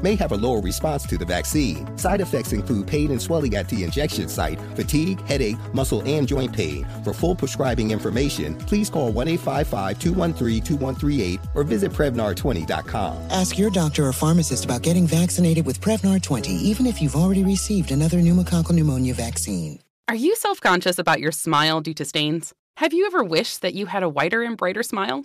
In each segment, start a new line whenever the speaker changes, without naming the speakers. may have a lower response to the vaccine. Side effects include pain and swelling at the injection site, fatigue, headache, muscle, and joint pain. For full prescribing information, please call 1 855 213 2138 or visit Prevnar 20.com.
Ask your doctor or pharmacist about getting vaccinated with Prevnar 20, even if you've already received another pneumococcal pneumonia vaccine.
Are you self conscious about your smile due to stains? Have you ever wished that you had a whiter and brighter smile?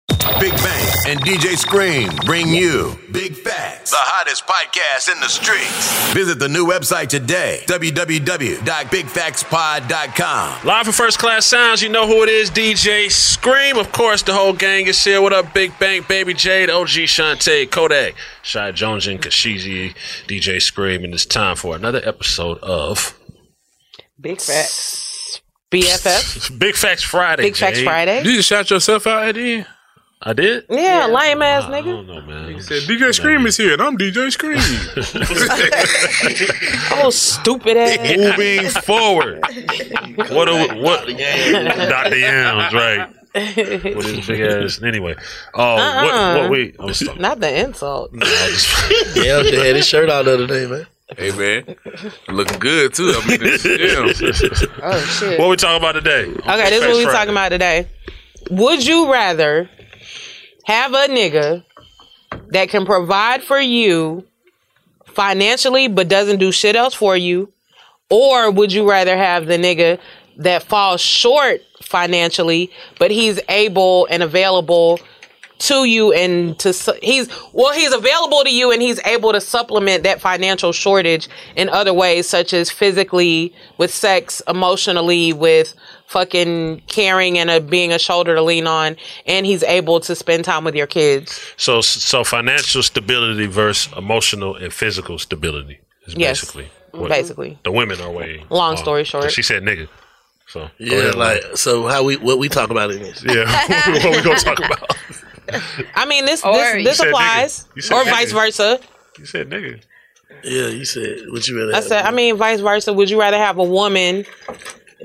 Big Bang and DJ Scream bring you Big Facts, the hottest podcast in the streets. Visit the new website today, www.bigfactspod.com.
Live for First Class Sounds, you know who it is, DJ Scream. Of course, the whole gang is here. What up, Big Bang, Baby Jade, OG Shantae, Kodak, Shy Jones, and Kashizi, DJ Scream, and it's time for another episode of
Big Facts. BFF.
Big Facts Friday.
Big Facts
Jade.
Friday.
You just shout yourself out at the end.
I did?
Yeah, lame ass
I don't
nigga.
know, man.
He said, DJ Scream is here, and I'm DJ Scream.
Oh, stupid ass.
Moving forward. what do what? Dr. Yams, right. With his big ass. Anyway. Oh,
Uh-uh.
what, what we. I'm sorry.
Not the insult.
I just-
Yeah, they had his shirt out the other day, man.
hey, man. Looking good, too. I mean, it's- yeah.
Oh shit.
what we talking about today?
Okay, this is what we talking about today. Would you rather have a nigga that can provide for you financially but doesn't do shit else for you? Or would you rather have the nigga that falls short financially but he's able and available to you and to su- he's well he's available to you and he's able to supplement that financial shortage in other ways such as physically with sex emotionally with fucking caring and a, being a shoulder to lean on and he's able to spend time with your kids
So, so financial stability versus emotional and physical stability is
Yes.
basically what
basically
the women are weighing.
Long
on.
story short.
'Cause She said nigga. So, go
Yeah,
ahead,
like
Lon.
so. How we what we talk about in this?
Yeah. what we going to talk about?
i mean this
Or-
this,
You
this
said nigga.
applies
You said
or
nigga.
vice versa
You said nigga.
Yeah, you said what you really.
i said i mean vice versa would you rather have a woman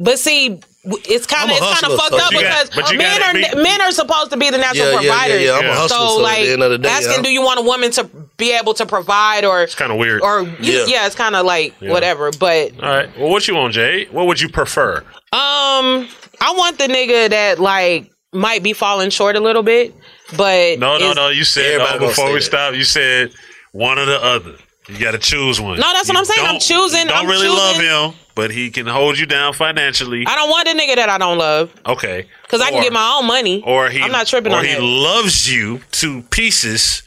but see w- it's
I'm
kind
a
of it's kind
hustler,
of fucked
so
up
you
got-
because
but you
men
gotta
are
be-
men are supposed to be the natural
yeah, yeah, yeah,
providers.
yeah, I'm
Yeah.
a hustler. So,
so like
at the end of the day,
asking
I'm-
do you want a woman to be able to provide or
It's kind of weird.
or
Yeah.
yeah, it's kind of like whatever but
All right. Well, what you want, Jay? What would you prefer?
um i want the nigga that like might be falling short a little bit but
No, no,
E-, is-
no. You said
Everybody
no,
gonna
before
say
we
that.
stop. You said one or the other. You got to choose one.
No, that's what
You
I'm saying. I'm
don't-
choosing-
Don't
I'm
really
choosing-
love him, but he can hold you down financially.
i don't want a nigga that i don't love
okay.
because i can
Or-
get my own money
Or he.
i'm not tripping
Or
on
he
that.
loves you to pieces,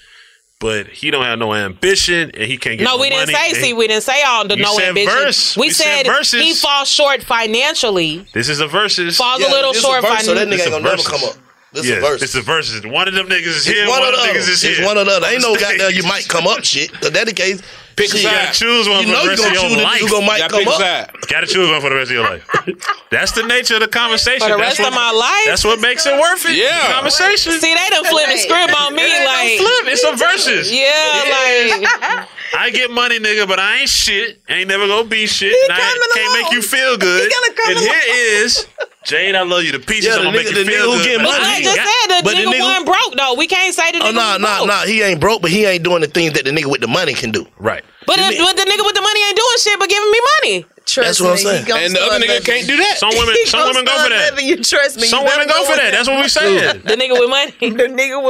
but he don't have no ambition and he can't get.
no, we didn't
money,
say.
and-
See, we didn't say all the
You
no
said
ambition.
verse.
We,
We said
said,
verses.
he falls short financially.
This is a versus.
Falls
Yeah,
a little
this
short
verse, so that
financially.
nigga ain't
a
gonna never
verse.
come up. This is
yeah,
a verse.
It's a versus. One of them niggas is
It's
here.
one,
One,
of
of them
the
niggas
others.
is here.
It's one of the others. Ain't no
Understand?
goddamn you might come up shit. Cause that the case,
Pick
See,
a
you gotta
side.
choose one You for the know you rest of gonna your choose the life. dude who might
Gotta
come
pick a
up.
side. Gotta choose one for the rest of your life. That's the nature of the conversation.
For the
That's
rest of
what-
my life?
That's what makes it worth it.
Yeah.
The Conversation.
See, they done flipped the script on me,
It ain't no
like-
flip. It's a versus.
Yeah, like-
I get money, nigga, but I ain't shit. Ain't never gonna be shit. and I ain't- can't make you feel good. and here is Jade. I love you. The pieces.
Yeah,
I'm
the
gonna make
nigga-
you
the
feel
nigga who get
good. but
money,
I
I
ain't
just
got-
said the
but the
nigga,
nigga-
wasn't broke though. We can't say the nigga
Oh no,
was
no,
broke.
no. He ain't broke, but he ain't doing the things that the nigga with the money can do.
Right.
But, if, but the nigga with the money ain't doing shit but giving me money.
That's what I'm saying.
Some women, some women go for that.
You trust
me, Some you women better go go for with that. that. That's what we saying.
The nigga with money. the nigga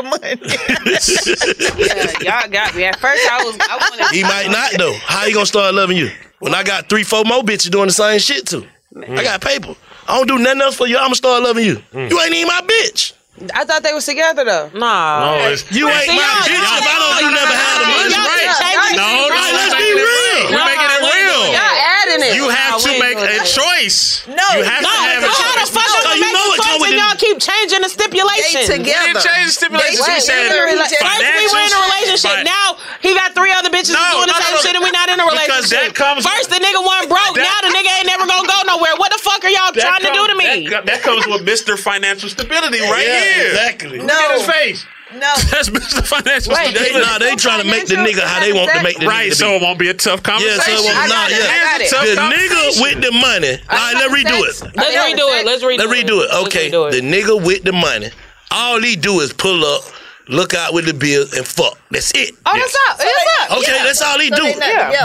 with money. yeah, y'all got me. At first, I was. I wanted.
He might not though. How he gonna start loving you when I got three, four more bitches doing the same shit too? I got paper. I don't do nothing else for you. I'm gonna start loving you. You ain't even my bitch.
I thought they was together though. Nah.
Oh,
No, it's-
You ain't my bitch if I don't do nothing behind the money.
Right.
No, no, let's be real. We're making it real.
Y'all adding it.
You have to
Nah, we
make
ain't doing
a
that.
choice.
No,
you have
no,
to have a
no, how
choice.
the fuck
No,
I'm
you
you
know
know
it's over
and
the-
y'all keep changing the stipulations.
We didn't change the stipulations.
First
We said
we were in a relationship.
But-
Now he got three other bitches
No,
doing the
no,
same
no,
shit, and we not in a
because that
relationship.
comes-
First the nigga one broke.
That-
now the nigga ain't never gonna go nowhere. What the fuck are y'all
that
trying to do
comes-
to me?
That, that comes with Mr. Financial Stability right
Yeah,
here.
exactly.
Look at his face.
No.
That's Mr. Financial
Wait,
Stability.
They- nah, they trying to make the nigga how they want to make the nigga
Right,
to
so
be.
it won't be a tough
Yeah,
conversation.
so well, nah, yeah.
It is a tough
The nigga
conversation.
with the money. All right, let's redo it.
Let's redo it. Let's redo it.
Let's redo it. Okay, the nigga with the money. All he do is pull up, look out with the bills, and fuck. That's it.
Oh, that's up. That's up.
Okay, that's all he do.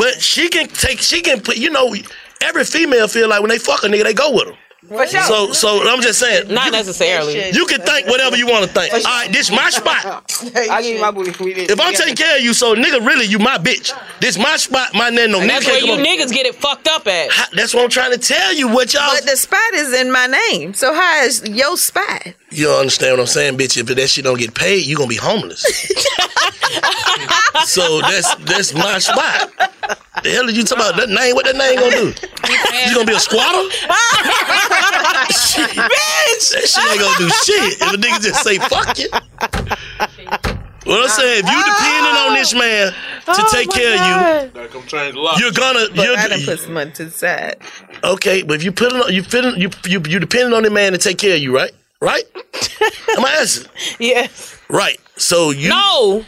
But she can take. She can put. You know, every female feel like when they fuck a nigga, they go with him.
For sure.
So, so I'm just saying.
Not
you-
necessarily.
You can think whatever you want to think. All right, this my spot.
I give you my booty.
If I'm taking care of you, so nigga, really, you my bitch. This my spot, my nigga. No, nigga
That's where
can't
you
come
niggas get it fucked up at.
up. That's what I'm trying to tell you. What y'all?
But the spot is in my name. So how is your spot?
You don't understand what I'm saying, bitch. If that shit don't get paid, you gonna be homeless. so that's that's my spot. The hell did you talk about? That name? What that name gonna do? You gonna be a squatter? bitch, that shit ain't gonna do shit. If a nigga just say fuck you. What I'm saying, if you depending on this man to
Oh
take care of you, you're gonna
But
you're
I done put some money to the side.
Okay, but if you put on you feeling you you you depending on the man to take care of you, right? Right? Am I asking?
Yes.
Right. So you
No.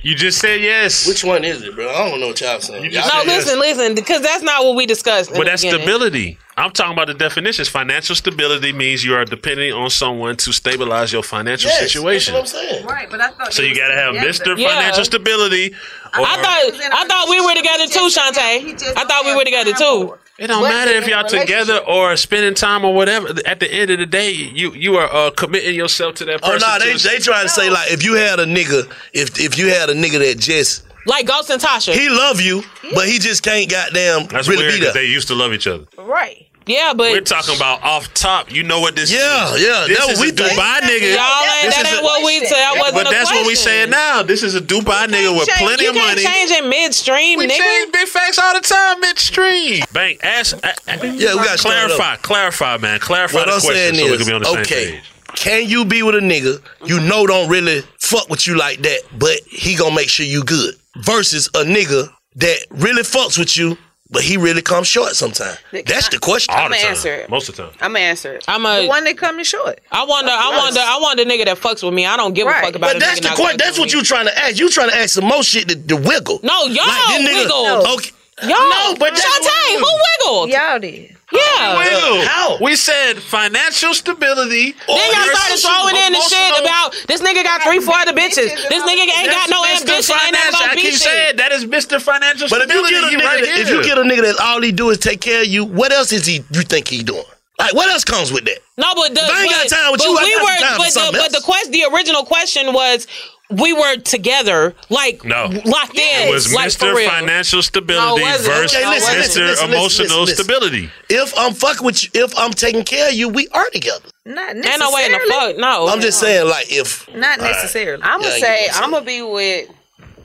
You just said yes.
Which one is it, bro? I don't know what y'all saying. Y'all
No,
saying yes.
listen, listen, because that's not what we discussed. in
But
the
that's
beginning.
stability. I'm talking about the definitions. Financial stability means you are depending on someone to stabilize your financial
Yes,
situation.
That's what I'm saying.
Right, but I thought
So you gotta have Mr.
Yeah.
Financial Stability. Or
I thought I thought we were together too, Shantae. I thought we were together too.
it don't matter if y'all together or spending time or whatever. At the end of the day, you you are uh, committing yourself to that
Oh
person.
no,
to
they
the-
they trying to say like if you had a nigga, if if you had a nigga that just
Like Ghost and Tasha.
he love you, but he just can't goddamn
That's
really
weird
be
'cause
there.
they used to love each other.
right. Yeah, but
We're talking about off top. You know what this?
Yeah,
is.
yeah,
This
that
is
we
a Dubai
think.
nigga.
y'all ain't,
This
that
is
ain't
a-
what we said. That wasn't
But
a
that's what we
question.
saying now. This is a Dubai nigga with
Change-
plenty
you
of
can't
money.
change in midstream,
We
nigga.
change big facts all the time midstream. Bank, ask. a- a-
Yeah, we gotta clear it up.
clarify, clarify, man. Clarify
What
the
I'm
question
saying
so we
is,
can be on the same
okay,
page.
can you be with a nigga you know don't really fuck with you like that, but he gonna make sure you good versus a nigga that really fucks with you, but he really comes short sometimes. That's the question.
All the time,
answer it.
most of the time.
I'm gonna answer it.
I'm
The
a.
one that coming short.
I want the. I want the. I want the nigga that fucks with me. I don't give
Right.
a fuck about.
But
a
that's
nigga
the
not
question.
fucking
That's what
with
you
me.
trying to ask. You trying to ask some more shit to, to wiggle.
No, y'all
this
wiggle.
Okay,
Y'all.
No, but that's
Shantae,
what-
who wiggled?
Y'all did.
Yeah.
Ew.
how?
We said financial stability.
Then y'all started throwing in the shit about this nigga got three, four other bitches. This nigga ain't got no ambition. Ain't never
I
gonna be
keep
shit.
saying that is Mr. Financial
But if you
Stability.
get a
he
nigga,
right
that, if
here.
you get a nigga that all he do is take care of you, what else is he? You think he doing? Like what else comes with that?
No, but the,
If I ain't
but,
got time with
but
you, I
we
got
were,
time for
but the,
something
but the
else.
quest, the original question was, we were together, like
No.
locked in,
it was
like for
Mr.
real.
Financial Stability
No, it wasn't.
versus
Okay, listen,
Mr.
listen,
listen, listen,
Emotional
listen.
Stability.
If I'm fucking with you, if I'm taking care of you, we are together.
Not
Ain't no way in the
necessarily.
fuck. No,
I'm just saying, like if
Not necessarily.
I'm gonna
Yeah, you
say
can say
I'm gonna be with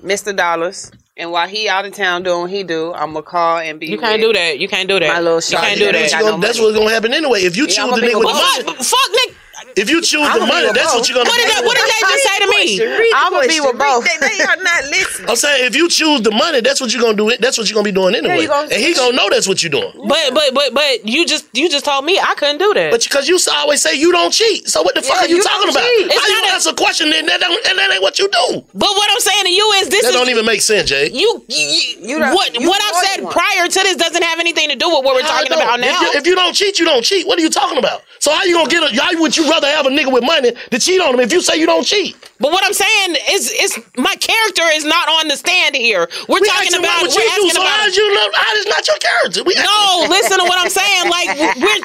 Mr. Dollars, and while he out of town doing what he do, I'm gonna call and be.
You can't
with-
do that. You can't do that.
My little
You
shot.
can't do
that's,
that.
what you gonna, that's what's gonna happen anyway. If you choose
Yeah, I'm
the
gonna be
nigga
with
with the
But
money,
fuck, fuck, nigga.
If you choose
I'ma
the
be
money,
with
that's
both.
what you're gonna
What
do.
did they- what did they just say to me? Question, read the I'ma be question, with read- both. they- they are not listening.
I'm saying if you choose the money, that's what you're gonna do. That's what you're gonna be doing anyway.
you gonna-
and he gonna know that's what you're doing.
But but but but you just you just told me I couldn't do that.
But because you always say you don't cheat, so what the fuck are you, talking about? How you
not
answer a question and that, don't, and that ain't what you do?
But what I'm saying to you is this
that
is-
don't even make sense, Jay.
You, you,
You don't-
what
you
what I've
want
said
one.
prior to this doesn't have anything to do with what we're
How
talking
I know?
about now.
If you, if you don't cheat, you don't cheat. What are you talking about? So how you gonna get? A, why would you rather have a nigga with money to cheat on him if you say you don't cheat?
But what I'm saying is, is my character is not on the stand here. We're
We
talking
asking
about
what
we're
you do,
asking
so
about.
how is you not- how is not your character? We
no,
asking-
listen to what I'm saying. Like, we're,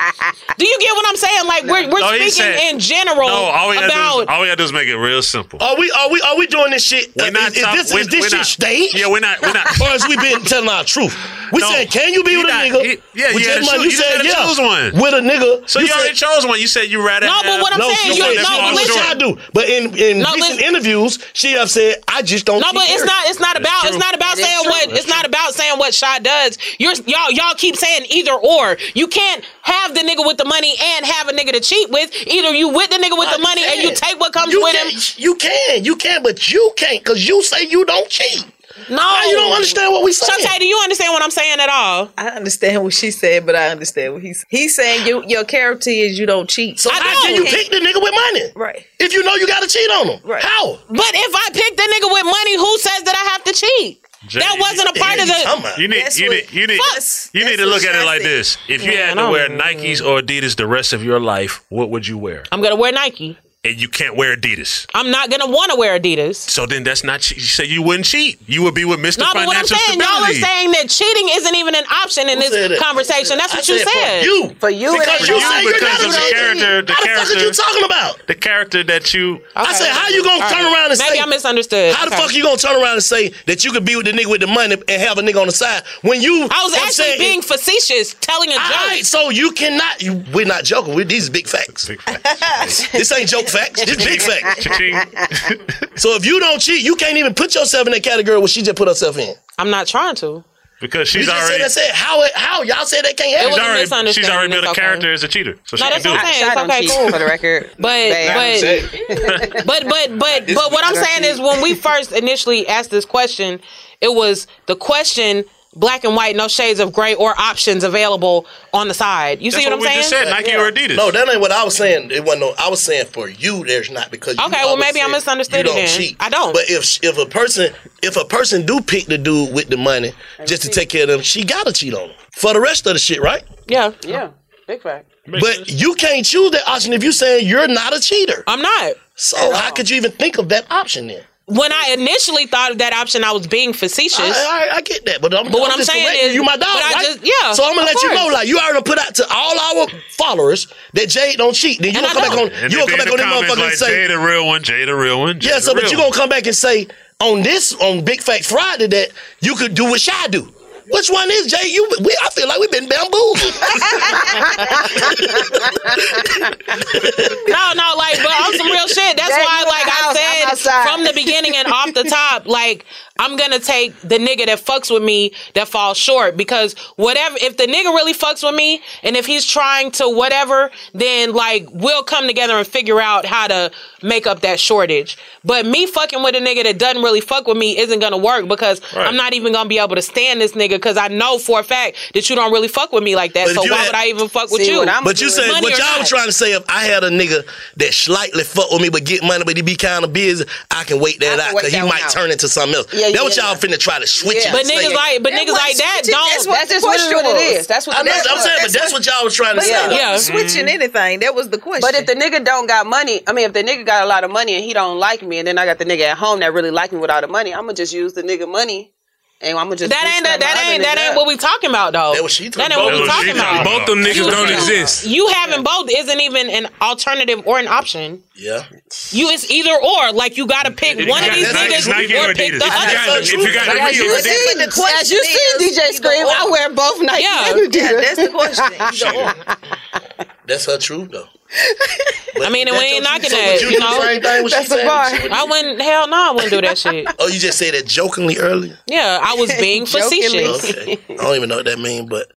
do you get what I'm saying? Like, we're we're
No, he
speaking
said-
in general
No, all we gotta do is,
about.
all we gotta do is make it real simple.
Are we are we are we doing this shit? Uh,
We're not
is, is
talk-
this,
we're-
is this
we're
shit
not-
staged?
yeah, we're not- we're not-
or is we been telling our truth? We
No.
said, can you be
You
with a
not-
nigga?
you- yeah,
with
you
just
gotta
money?
choose- you gotta
yeah,
choose one.
with a nigga.
So you, already chose one. You said you rather.
No,
have,
but what I'm saying, you no, but listen, I do. But in in
No,
recent
listen.
interviews, she have said, I just don't.
No, but it's not. It's not about. It's not about saying what. It's not about saying what Shaw does. You're y'all. Y'all keep saying either or. You can't have the nigga with the money and have a nigga to cheat with. Either you with the nigga with the money and you take what comes
you
with
can,
him.
You can, you can, but you can't because you say you don't cheat.
No,
Why you don't understand what we saying?
Shantae, do you understand what I'm saying at all?
I understand what she said, but I understand what he's he's saying. You, your character is you don't cheat.
So how can you pick the nigga with money?
Right.
If you know you got to cheat on him,
Right.
how?
But if I pick the nigga with money, who says that I have to cheat? that wasn't a part of the.
You need, you need, you need, you need to look at it like this. If you had to wear Nikes or Adidas the rest of your life, what would you wear?
I'm gonna wear Nike.
And you can't wear Adidas.
I'm not gonna want to wear Adidas.
So then that's not. che- You say you wouldn't cheat. You would be with Mr.
No, but what I'm
Financial
saying, y'all are
Stability.
saying that cheating isn't even an option in
Who said
this
it?
conversation. That's
I
what you
said for
said.
you. For you, it
because
ain't
For
you
you,
say you're
because
not
of the
cheating.
character, the
How the fuck
character
is you talking about?
the character that you.
I said, how you gonna turn around and say?
Maybe I misunderstood.
How the
Okay.
fuck you gonna turn around and say that you could be with the nigga with the money and have a nigga on the side when you?
I was actually being facetious, telling a joke.
All right, so you cannot. You, we're not joking. We these is big facts. this ain't joke facts. This big facts. so if you don't cheat, you can't even put yourself in that category where she just put herself in.
I'm not trying to.
Because
We
she's
just
already.
said, I said how it- how y'all said that can't happen.
she's already, she's already built a character as a cheater. So she
No,
can
that's
do
what
it.
I'm saying. It's
don't
okay,
cheat,
cool.
for the record.
But
Bad.
but but but but but what I'm saying is when we first initially asked this question, it was the question black and white, no shades of gray or options available on the side. You see what, I'm saying?
No, that ain't what I was saying. It wasn't. No, I was saying for you, there's not because. You
Okay, well,
always
maybe I
said
misunderstood
you don't
it then.
Cheat.
I don't.
But if if a person if a person do pick the dude with the money just to take care of them, she gotta cheat on him for the rest of the shit, right?
Yeah. Yeah. Big fact.
But you can't choose that option if you're saying you're not a cheater.
I'm not.
So how could you even think of that option then?
When I initially thought of that option, I was being facetious.
I, I, I get that, but I'm,
But what I'm
just
saying
correcting
is-
you my dog,
but I
right?
just- yeah,
So I'm gonna
of
let you know,
course.
like you already put out to all our followers that Jade don't cheat. Then you
And
gonna come
I
back on,
don't.
And
you gonna
they
come
be in
back on
the
that
comments
motherfucker
like,
and say,
Jay the real one, Jay the real one. Jay
yeah.
the
So, but
real
you
one."
gonna come back and say on this on Big Fat Friday that you could do what Shy do. Which one is Jay? You, we, I feel like we've been bamboozled.
No, no, like, but on some real shit. That's
Dang,
why,
you in
like
the house, I'm
I said
outside.
from the beginning and off the top, like, I'm gonna take the nigga that fucks with me that falls short because whatever, if the nigga really fucks with me and if he's trying to whatever, then like we'll come together and figure out how to make up that shortage. But me fucking with a nigga that doesn't really fuck with me isn't gonna work because
Right.
I'm not even gonna be able to stand this nigga because I know for a fact that you don't really fuck with me like that.
But if
so
you
why
had-
would I even fuck with you?
but you said
Money
what
or
y'all
not.
was trying to say if I had a nigga that slightly fuck with me but get money but he be kind of busy, I can wait that out
wait
because he
that one
might
out.
turn into something else.
Yeah,
that
yeah,
what y'all finna try to switch it.
But
and say
niggas
it.
like, but niggas like that don't.
I know, I'm saying, but that's what y'all was trying to
But
say.
yeah, Yeah.
switching anything. That was the question.
But if the nigga don't got money, I mean, if the nigga got a lot of money and he don't like me, and then I got the nigga at home that really like me with all the money, I'm gonna just use the nigga money, and I'm gonna just
That ain't that. That ain't that ain't what we talking about though. That what she
talking
ain't what
about.
we
That's what
talking
she
about.
talking about. Both them niggas
You-
don't exist.
You having both isn't even an alternative or an option.
Yeah.
You it's either or. Like you got to pick
If
one
you
of
got
these
Nike,
niggas
Nike or
or pick
Adidas.
the
If you
other.
got- if you got
As you see, as you see, DJ Scream, I wear both Nike.
Yeah.
and Adidas.
Yeah, that's the
question.
That's her truth though.
I mean, and
That's
we ain't
your-
knocking
so
that.
would you do
You
the same thing
know,
when she That's a said bar. she would do?
I wouldn't. Hell no, I wouldn't do that shit.
Oh, you just said that jokingly earlier.
Yeah, I was being facetious.
Okay. I don't even know what that means, but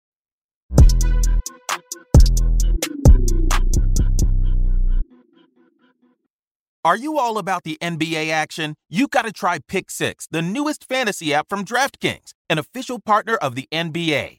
Are you all about the NBA action? You got to try Pick Six, the newest fantasy app from DraftKings, an official partner of the NBA.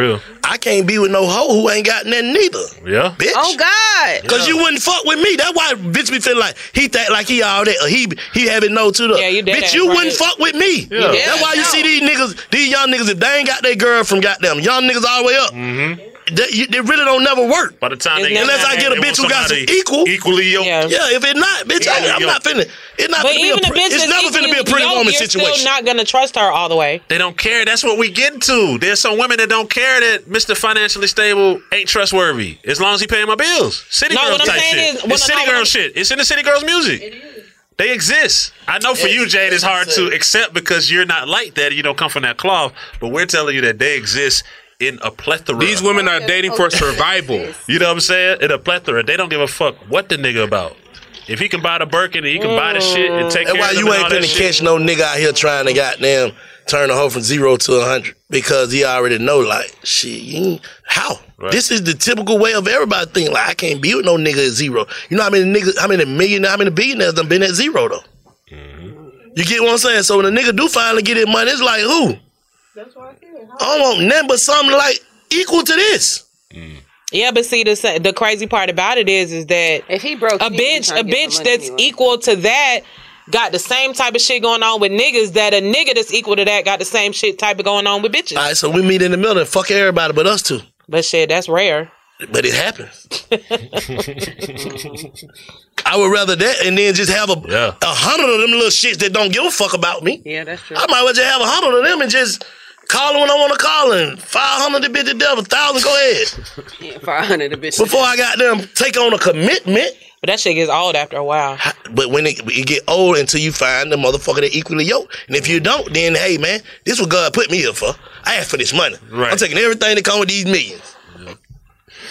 I can't be with no hoe who ain't got nothing neither.
Yeah.
Bitch.
Oh God.
Cause you wouldn't fuck with me. That's why bitch be feeling like he think like he all that. Or he he having no to the. Yeah, you
dead
bitch,
ass
you
right.
wouldn't fuck with me.
Yeah. Yeah,
That's why you
no.
see these niggas, these young niggas, if they ain't got their girl from goddamn young niggas all the way up, they, you, they really don't never work.
By the time they
unless
got
I get a
married, they
bitch who
want
got some
somebody
equal,
equally yoked.
Yeah, if it not, bitch, I,
Yeah,
I'm
yo.
not finna. It's not
But
finna be a.
even
Pre-
the bitch
it's
that's
never finna be a pretty
yo,
woman
you're
situation.
Still not gonna trust her all the way.
They don't care. That's what we get to. There's some women that don't care that Mr. Financially Stable ain't trustworthy as long as he paying my bills. City
No,
girl
what I'm
type
saying
shit.
is-
it's
what I'm-
city
no, what
girl
I'm-
shit. It's in the city girls music. They exist. I know for you, Jade, it's hard to accept because you're not like that. You don't come from that cloth. But we're telling you that they exist in a plethora.
These women are dating for survival.
You know what I'm saying? In a plethora, they don't give a fuck what the nigga about. If he can buy the Birkin and he can buy the shit and take
That's
care
why
of them
you
and
ain't
all that
finna
shit.
catch no nigga out here trying to goddamn turn a hoe from zero to a hundred because he already know like shit. You ain't- how this is the typical way of everybody thinking. Like I can't be with no nigga at zero. You know how many niggas, how many million, how many billionaires done been at zero though.
Mm-hmm.
You get what I'm saying? So when a nigga do finally get his money, it's like who? I don't want nothing but something like equal to this.
Mm. Yeah, but see the sa- the crazy part about it is is that if he broke a bitch a bitch that's equal to that got the same type of shit going on with niggas that a nigga that's equal to that got the same shit type of going on with bitches.
All right, so we meet in the middle and fuck everybody but us two.
But shit, that's rare.
But it happens. I would rather that and then just have a a hundred of them little shits that don't give a fuck about me.
Yeah, that's true.
I might well just have a hundred of them and just call them when I want to call them. Five hundred to bitch the devil, thousand go ahead.
Five hundred a bitch.
Before I got them take on a commitment.
But that shit gets old after a while.
But when it, it get old until you find the motherfucker that equally yoked, and if you don't, then hey man, this what God put me here for. I asked for this money. Right. I'm taking everything that come with these millions.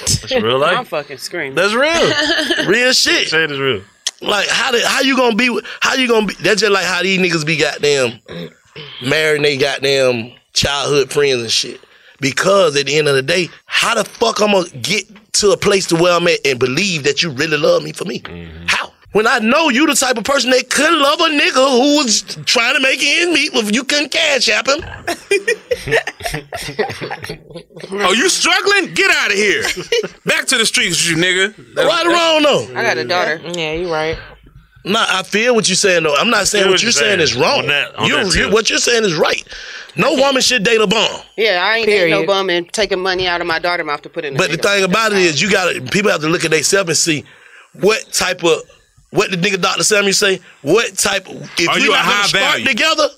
That's real life.
I'm fucking screaming.
That's real. real shit. Shit
is real.
Like how did how you gonna be with- how you gonna be that's just like how these niggas be goddamn married and they goddamn childhood friends and shit. Because at the end of the day, how the fuck I'm gonna get to a place to where I'm at and believe that you really love me for me?
Mm-hmm.
How? When I know you the type of person that could love a nigga who was trying to make ends meet if you couldn't cash app him.
Oh, you struggling? Get out of here. Back to the streets, you nigga.
Right or wrong though.
I got a daughter.
Yeah, you right.
Nah, I feel what you're saying though. I'm not saying
feel
what
what
you're
you're
saying,
saying
is wrong.
on that- on
you,
that
you-
too.
what you're saying is right. No woman should date a bum.
Yeah, I ain't dating no
Period.
bum and taking money out of my daughter mouth to put in.
But the thing about it is, you got to people have to look at themselves and see what type of what the nigga Doctor Samuel say. What type? If
Are
we
you a
not gonna
high
start
value? Mm.
together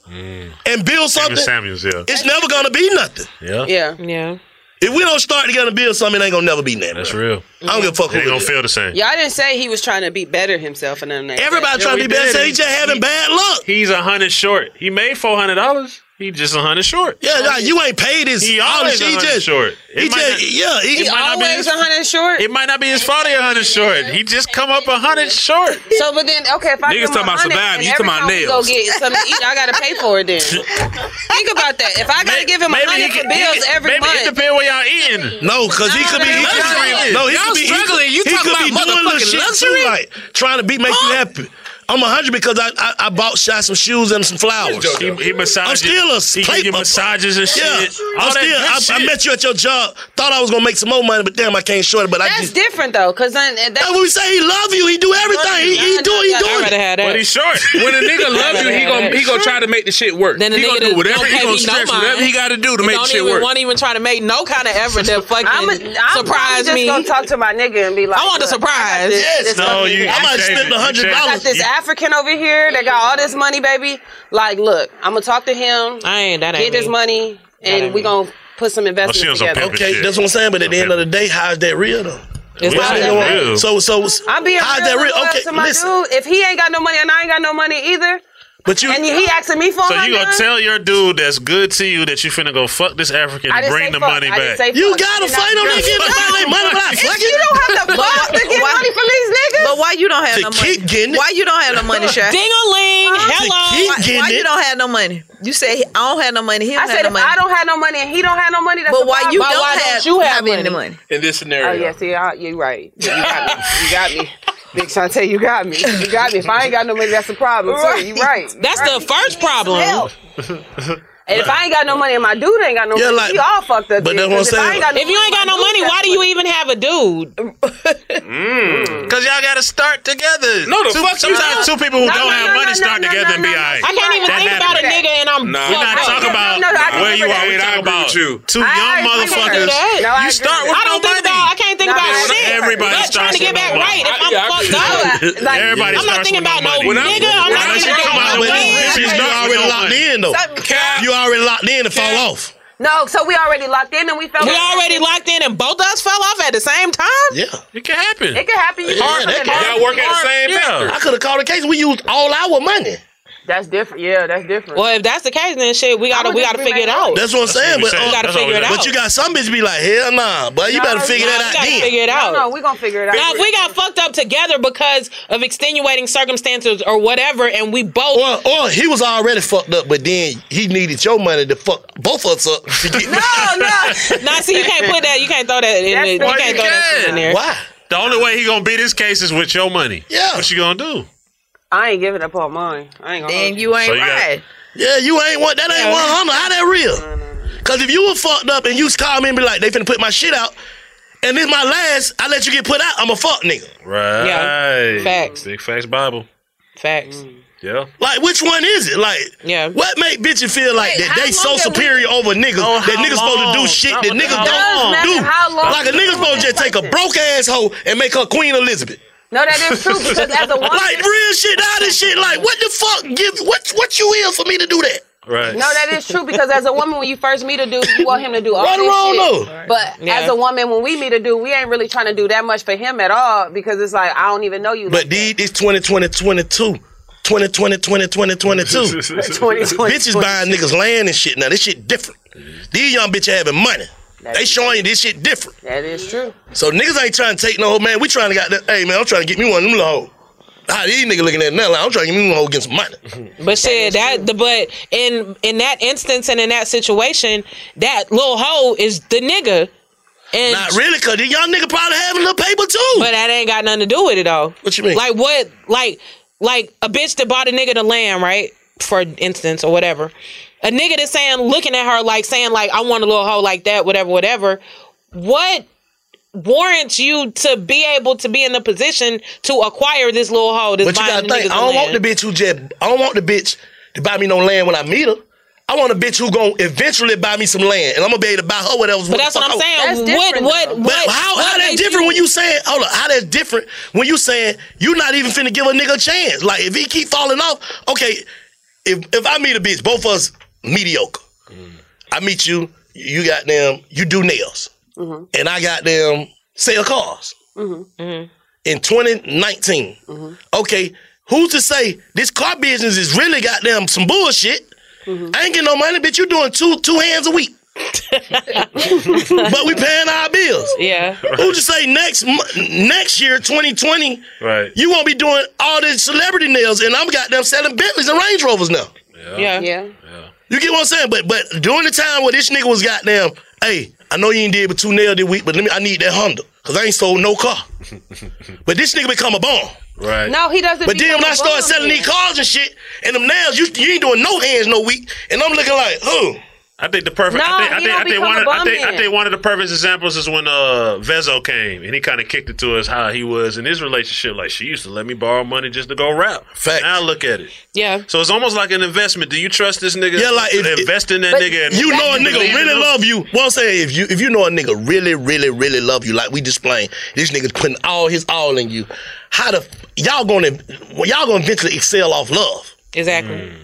and build something,
Samuels, yeah.
it's never gonna be nothing.
Yeah.
Yeah.
Yeah.
If we don't start together and build something, it ain't gonna never be nothing. That's
real.
I don't give a fuck.
They
who
don't
it is.
feel the same.
Yeah, I didn't say he was trying to be better himself and none of that.
Everybody trying to be better. They just having bad luck.
He's a hundred short. He made four hundred dollars. He just a hundred short.
Yeah, nah, you ain't paid his.
He
all
always
this-
a
he
hundred
just-
short.
he just- yeah, he- He
always a hundred short.
It might not be his fault. He a hundred short. He just come up a hundred short.
So, but then okay, if I
Niggas
give him
talking about
100,
surviving,
and
you talking
every
about
time
nails.
we Go get something to eat. I gotta pay for it. Then think about that. If I gotta give him a
maybe he
hundred for
can- he
bills
can-
every
maybe
month,
it depends where y'all eating.
No, because he
No,
could be.
no,
He
no,
could,
no,
be-
no.
no, he
Y'all
could be.
struggling.
He,
You
he
talking
could be
about
doing little
motherfucking
shit
luxury?
too, like trying to be make you happy. I'm a hundred because I, I I bought shot some shoes and some flowers.
He, he massages.
I'm still a
He give you massages and shit.
Yeah,
All that
I'm still.
good
I, I
shit.
met you at your job. Thought I was gonna make some more money, but damn, I can't short it. But I
that's
just,
different though, because then eh, that's,
that's what we say. He love you. He do everything. He, he do. He do it.
But he's short. When a nigga love you, he gonna he gonna try to make the shit work.
Then the
he gonna
nigga
do
that
whatever
don't
he
pay
gonna
me no
stretch
mind.
whatever he got to do to
He
make
don't
the shit
even,
work.
Won't even try to make no kind of effort to fucking
I'm, a, I'm probably
surprise
just
me.
gonna talk to my nigga and be like,
I want the
"Look, I got
surprise.
this-
Yes,
this
no,
fucking-
you- you
I got
saved
this-
it. You saved
I got
it.
this
You-
African over here that got all this money, baby. Like, look, I'm gonna talk to him.
I ain't that
Get
ain't
this
me.
money, and we gonna put some investments together.
Okay, that's what I'm saying. But at the end of the day, how is that real though?
It's
We
not
should
that
do.
bad.
So so
I'm being
How's
real
that
with
real?
love
Okay,
to my
listen.
dude. If he ain't got no money and I ain't got no money either,
but you
and he asking me for
So
her
you gonna
gun,
tell your dude that's good to you that you finna go fuck this African
I
and
didn't
bring
say
the
fuck.
money
I didn't
back?
say
You
fuck.
gotta
I did not
fight on
do
that
that.
kid to fight their money without
You
fucking.
don't have to fuck to get money from these niggas.
But why you don't have
To
no
keep
money?
getting it.
Why you don't have no money, Shay?
Ding-a-ling.
Why,
keep getting
why
it.
you don't have no money? You say I don't have no money. He don't have
I said
no
if
money.
I don't have no money and he don't have no money, that's
but
a
why you
problem.
don't, have, have any money?
in this scenario.
Oh yeah, see, I, you right. You got me. You got me. Big Shantae, you got me. You got me. If I ain't got no money, that's a problem. Too. You right. You
That's
right.
the first problem.
Help. And if I ain't got no money and my dude ain't got no money, we all fucked up.
But that's
then,
what I'm
'cause if I
saying.
ain't got no
If you
money,
ain't got
my
no
dude
money, why do you even have a dude?
Cause y'all gotta start together.
Mm. No, the
two,
fuck you
sometimes
don't.
two people who
No,
don't
no,
have
no,
money
no,
start
no,
together
no,
and be
no,
all right.
no. I can't even
That
think about a
happened.
nigga and I'm
We're not
fucked up.
talking about
No, no, I can
where you
agree
are.
with
We're
that.
talking about
you.
two
I- I
young
agree with
motherfuckers.
that. No, I
you
agree
start with
with that. I
no
don't think
money.
about- I can't think No, about I shit.
Everybody
Not
starts
trying to get
with
back
no money.
right if I'm fucked up. uh, Like,
Everybody
I'm not
starts
thinking
with
about
no
no
money.
nigga. I'm not
Unless
thinking
you come
about
out
But
with
you-
riches,
you
no
already
money.
locked in though. You already locked in to fall off.
No, so we already locked in and we fell.
We
out.
already locked in and both of us fell off at the same time?
Yeah.
It can happen.
It could happen. You
Yeah, that can-
Y'all work at the same factory.
I could have called the case. We used all our money.
That's different. Yeah, that's different.
Well, if that's the case, then shit, we gotta
would
we
just
gotta
be
figure it
like,
out.
That's what I'm saying. But
we gotta figure it out.
But you got some bitch be like, hell nah, but you
No,
better figure
no,
that
we
out
gotta
then.
figure it out.
No, no, we gonna figure it out.
Now, if we got fucked up together because of extenuating circumstances or whatever, and we both
Or he was already fucked up, but then he needed your money to fuck both of us up. To get
Nah, see, you can't put that. You can't throw that in. there. You
Why
can't
you
throw that shit in there.
can? The only way he gonna beat his case is with your money.
Yeah.
What you gonna do?
I ain't giving up on mine. I ain't gonna.
Then you ain't
So you got-
right.
Yeah, you ain't one. That ain't one hundred. How that real? Cause if you were fucked up and you call me and be like, they finna put my shit out, and this my last, I let you get put out. I'm a fuck nigga.
Right.
Yeah. Facts.
Big facts Bible.
Facts.
Yeah.
Like, which one is it? Like,
yeah.
what make bitches feel like that they so superior over niggas that niggas supposed to do shit that niggas
Oh, how
don't
long. Does
do?
matter how long
like a
you
nigga supposed to just take a broke asshole and make her Queen Elizabeth.
No, that is true because as a woman,
like real shit, all this shit. Like, what the fuck? Give what? What you is for me to do that?
Right.
No, that is true because as a woman, when you first meet a dude, you want him to do all
Right or
this
wrong,
shit.
no.
But
Yeah.
as a woman, when we meet a dude, we ain't really trying to do that much for him at all because it's like I don't even know you.
But these it's 2020, 22. 2020, 2020, 22. Bitches buying niggas land and shit now. This shit different. These young bitches having money. They showing you this shit different.
that is true.
So niggas ain't trying to take no hoe, man. We trying to got that. Hey man, I'm trying to get me one of them little hoes. How these niggas looking at now? Like, I'm trying to get me one hoe get some money.
But shit, that, the but in in that instance and in that situation, that little hoe is the nigga. And
Not really, cause the young nigga probably having a little paper too.
But that ain't got nothing to do with it though.
What you mean?
Like what? Like like a bitch that bought a nigga the land, right? For instance, or whatever. A nigga that's saying, looking at her like saying, like I want a little hoe like that, whatever, whatever. What warrants you to be able to be in the position to acquire this little hoe? This
But you
buying
gotta
the
think,
niggas
I don't
land?
want the bitch who just I don't want the bitch to buy me no land when I meet her. I want a bitch who gonna eventually buy me some land, and I'm gonna be able to buy her whatever.
But that's what I'm saying. What, what,
But
what?
how,
what
how that
makes
different when you saying hold up? How that's different when you saying you not even finna give a nigga a chance? Like if he keep falling off, okay. If if I meet a bitch, both of us mediocre.
Mm.
I meet you, you got them, you do nails,
Mhm.
and I got them sell cars
Mhm.
in 2019. Okay, who's to say this car business is really goddamn some bullshit? I ain't getting no money, bitch. You doing two two hands a week, but we paying our bills.
Yeah.
Who to say next mo- next year, 2020,
Right.
you won't be doing all the celebrity nails, and I'm goddamn selling Bentleys and Range Rovers now.
Yeah.
Yeah.
You get what I'm saying? But but during the time where this nigga was goddamn, hey, I know you ain't did but two nails this week, but let me I need that Honda. Cause I ain't sold no car. but this nigga become a bum.
Right.
No, he doesn't.
But then
become
when
a
I start
woman
selling
then.
these cars and shit, and them nails, you you ain't doing no hands no week, and I'm looking like, oh.
I think the perfect.
No,
I think, I
he
think,
don't
I think
become
one.
a
Of, I
bum
think. I
then.
think one of the perfect examples is when uh Vezo came and he kind of kicked it to us how he was in his relationship. Like she used to let me borrow money just to go rap. Fact. Now look at it.
Yeah.
So it's almost like an investment. Do you trust this nigga?
Yeah, like, if-
to invest in that
But
nigga. And
you know a
believe
nigga
in
really
him?
love you. Well, I'm saying if you if you know a nigga really, really, really love you, like we displaying, this nigga's putting all his all in you. How the y'all gonna well, y'all gonna eventually excel off love?
Exactly.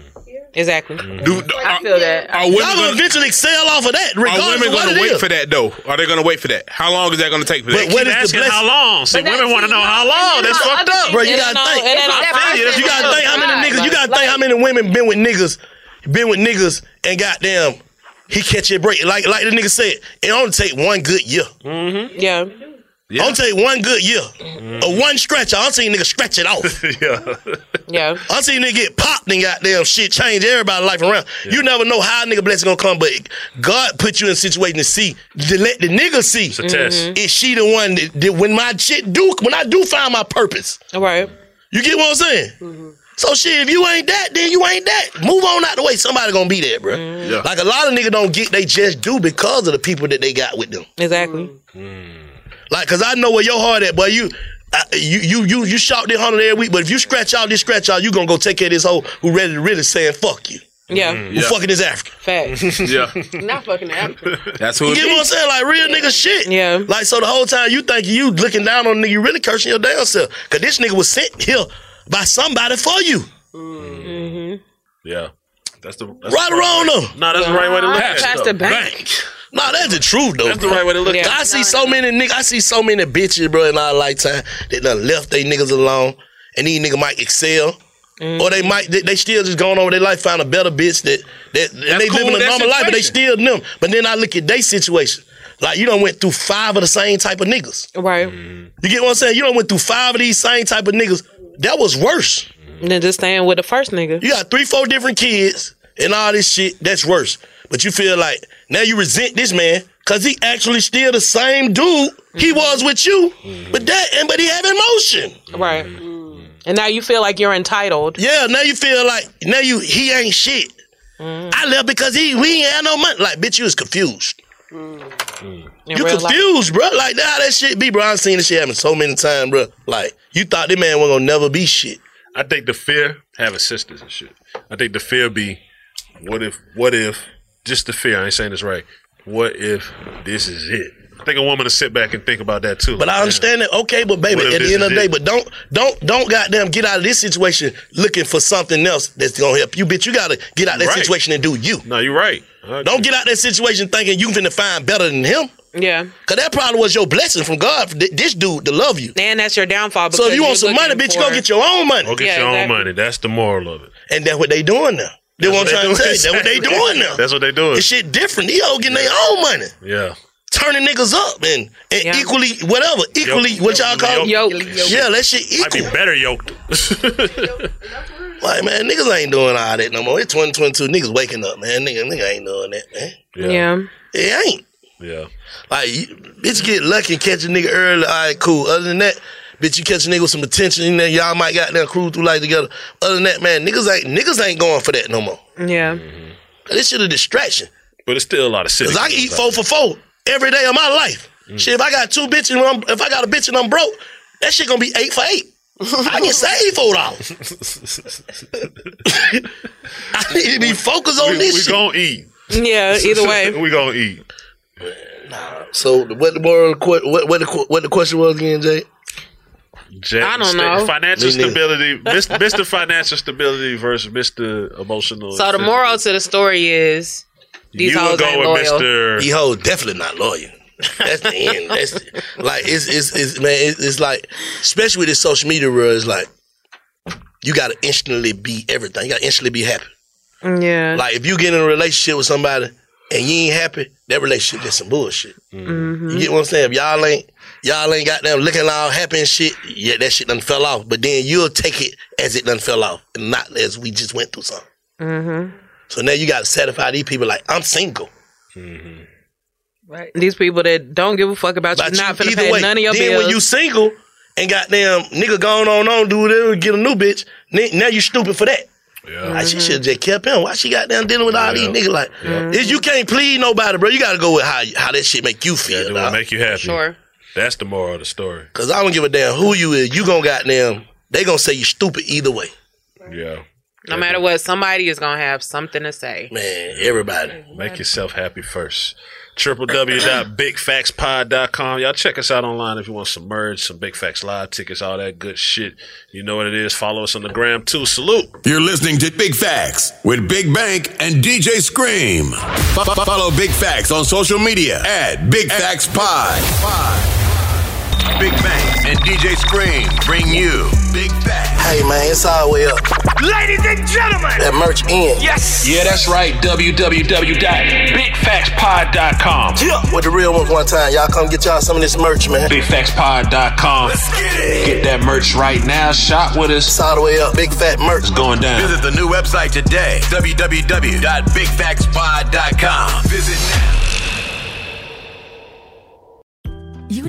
Exactly.
Do,
I feel that.
Are women
Y'all gonna
gonna-
eventually sell off of that, regardless
Are
of
women
what
going
it
to wait
is.
for that though? Are they going to wait for that? How long is that going to take for
But
that?
what Keep is the asking blessing? how long. See, But women that's- wanna know how long. and That's then fucked up. Bro, you gotta think. You gotta think how many niggas. You gotta think how many women been with niggas, been with niggas, and goddamn, he catch it break. Like like the nigga said, it only take one good year. Mm-hmm.
Yeah.
Only take one good year, or one stretch. I don't see niggas stretch it off. yeah.
Yeah.
I see nigga get popped and goddamn shit change everybody's life around. You never know how a nigga blessing gonna come, but God put you in a situation to see, to let the nigga see. It's
a test.
Mm-hmm.
Mhm.
Is she the one that, that when my shit do, when I do find my purpose?
Right. Mm-hmm.
You get what I'm saying? So shit, if you ain't that, then you ain't that. Move on out the way. Somebody gonna be there, bro.
Yeah.
Like a lot of niggas don't get they just do because of the people that they got with them.
Exactly.
Like, cause I know where your heart at, boy. You, I, you, you, you, you shout this hundred every week, but if you scratch out this scratch out, you gonna go take care of this hoe who ready to really saying fuck you.
Mm-hmm. Yeah.
Who fucking this African?
Facts.
Yeah.
Not fucking Africa.
That's
You get what I'm saying? Like real nigga shit. Yeah. Like so the whole time you think you looking down on the nigga, you really cursing your damn self. Cause this nigga was sent here by somebody for you.
Mm-hmm.
Yeah. That's the that's
right
the-
or wrong though.
No, that's the right way to look at it. though.
Nah, that's the truth though.
That's the right way to look at it.
I see so many niggas, I see so many bitches, bro, in our lifetime that done left they niggas alone, and these niggas might excel. Or they might they, they still just going over their life, find a better bitch that that and they
cool
living
with
a
that
normal life, but they still
situation.
them. But then I look at their situation. Like you done went through five of the same type of niggas.
Right.
You get what I'm saying? You done went through five of these same type of niggas. That was worse.
Than just staying with the first nigga.
You got three, four different kids and all this shit. That's worse. But you feel like now you resent this man because he actually still the same dude
Mm-hmm.
he was with you. But that and but he have emotion.
Right. And now you feel like you're entitled.
Yeah, now you feel like now you he ain't shit.
Mm.
I left because he we ain't had no money. Like bitch, you was confused.
Mm. In
You
real life.
confused, bruh. Like nah, that shit be, bro. I've seen this shit happen so many times, bruh. Like you thought this man wasn't gonna never be shit.
I think the fear having sisters and shit. I think the fear be, what if, what if, just the fear. I ain't saying this right. What if this is it? I think a woman to sit back and think about that too.
But I understand that, okay, but baby,
What if
at the
this
end of the
is
day,
it?
but don't don't don't goddamn get out of this situation looking for something else that's gonna help you, bitch. You gotta get out of that
Right.
situation and do you.
No, you're right.
Don't get out that situation thinking you finna find better than him.
Yeah.
Cause that probably was your blessing from God for thi- this dude to love you.
And that's your downfall.
So if
because
you want
you're
some money,
looking
bitch, you go
for-
get your own money.
Go get your own money. That's the moral of it.
And that's what they doing now. That's what I'm trying to tell you. That's what they doing now.
That's what they doing.
It's shit different. They all getting their own money.
Yeah.
Turning niggas up and, and equally whatever. Equally what y'all call
Yoke.
Yeah, that shit equal.
Might be better yoked.
Like, man, niggas ain't doing all that no more. It's 2022. Niggas waking up, man. Nigga, nigga ain't doing that, man.
Yeah.
It ain't.
Yeah.
Like, you, bitch, get lucky and catch a nigga early. All right, cool. Other than that, bitch, you catch a nigga with some attention. You know, y'all might got there crew through life together. Other than that, man, niggas ain't niggas ain't going for that no more.
Yeah.
This shit a distraction.
But it's still a lot of shit.
Cause I can eat four for four every day of my life. Shit, if I got two bitches, and I'm, if I got a bitch and I'm broke, that shit gonna be eight for eight. I can save four dollars. I need to be focused on
We-
this.
we
shit.
gonna eat.
Yeah, either way.
we gonna eat.
So what the moral que- what what the, que- what the question was again, Jay?
Jack-
I don't
sta-
know.
Financial
Me neither.
stability, Mis- Mr. Financial stability versus Mr. Emotional.
So the moral to the story is these
You will
hoes
go
ain't
with
loyal.
Mr.
These hoes definitely not loyal. That's the end. That's like it's it's, it's man. It's, it's like especially with this social media world. It's like you gotta instantly be everything. You gotta instantly be happy.
Yeah.
Like if you get in a relationship with somebody and you ain't happy, that relationship is some bullshit.
Mm-hmm.
Mm-hmm.
You get what I'm saying? If y'all ain't y'all ain't got them looking all happy and shit, yeah, that shit done fell off. But then you'll take it as it done fell off, and not as we just went through something.
Mm-hmm.
So now you gotta satisfy these people like I'm single.
Right. These people that don't give a fuck about you,
But
not
you-
finna pay none of your
then
bills.
when you single and goddamn nigga gone on on do whatever, get a new bitch. n- Now you stupid for that. Like,
Mm-hmm.
she should have just kept him. Why she goddamn dealing with all these niggas? Like, if you can't please nobody, bro, you gotta go with how how that shit make you feel.
It
dawg.
will make you happy. That's the moral of the story.
Cause I don't give a damn who you is. You gonna goddamn. They gonna say you stupid either way.
Yeah.
no matter what, somebody is gonna have something to say.
Man, everybody.
Make yourself happy first.
www.bigfaxpod.com. Y'all check us out online if you want some merch, some Big Facts Live tickets, all that good shit. You know what it is. Follow us on the gram too. Salute.
You're listening to Big Facts with Big Bank and DJ Scream. Fo- fo- Follow Big Facts on social media at Big Facts Pod. Big Bank and DJ Scream bring you Big Facts.
Hey man, it's all the way up.
Ladies and gentlemen,
That merch in.
Yes.
Yeah, that's right. www.bigfaxpod.com. Yeah, with the real ones one time. Y'all come get y'all some of this merch, man. Bigfaxpod.com. Get that merch right now. Shop with us. It's all the way up. Big fat merch. It's going down.
visit the new website today www.bigfaxpod.com. Visit
You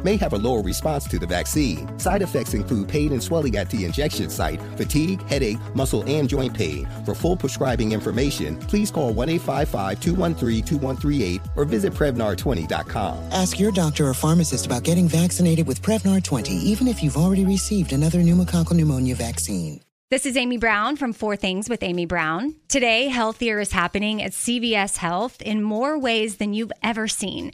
may have a lower response to the vaccine. Side effects include pain and swelling at the injection site, fatigue, headache, muscle, and joint pain. For full prescribing information, please call 1 855 213 2138 or visit Prevnar20.com.
Ask your doctor or pharmacist about getting vaccinated with Prevnar 20, even if you've already received another pneumococcal pneumonia vaccine.
This is Amy Brown from Four Things with Amy Brown. Today, healthier is happening at CVS Health in more ways than you've ever seen.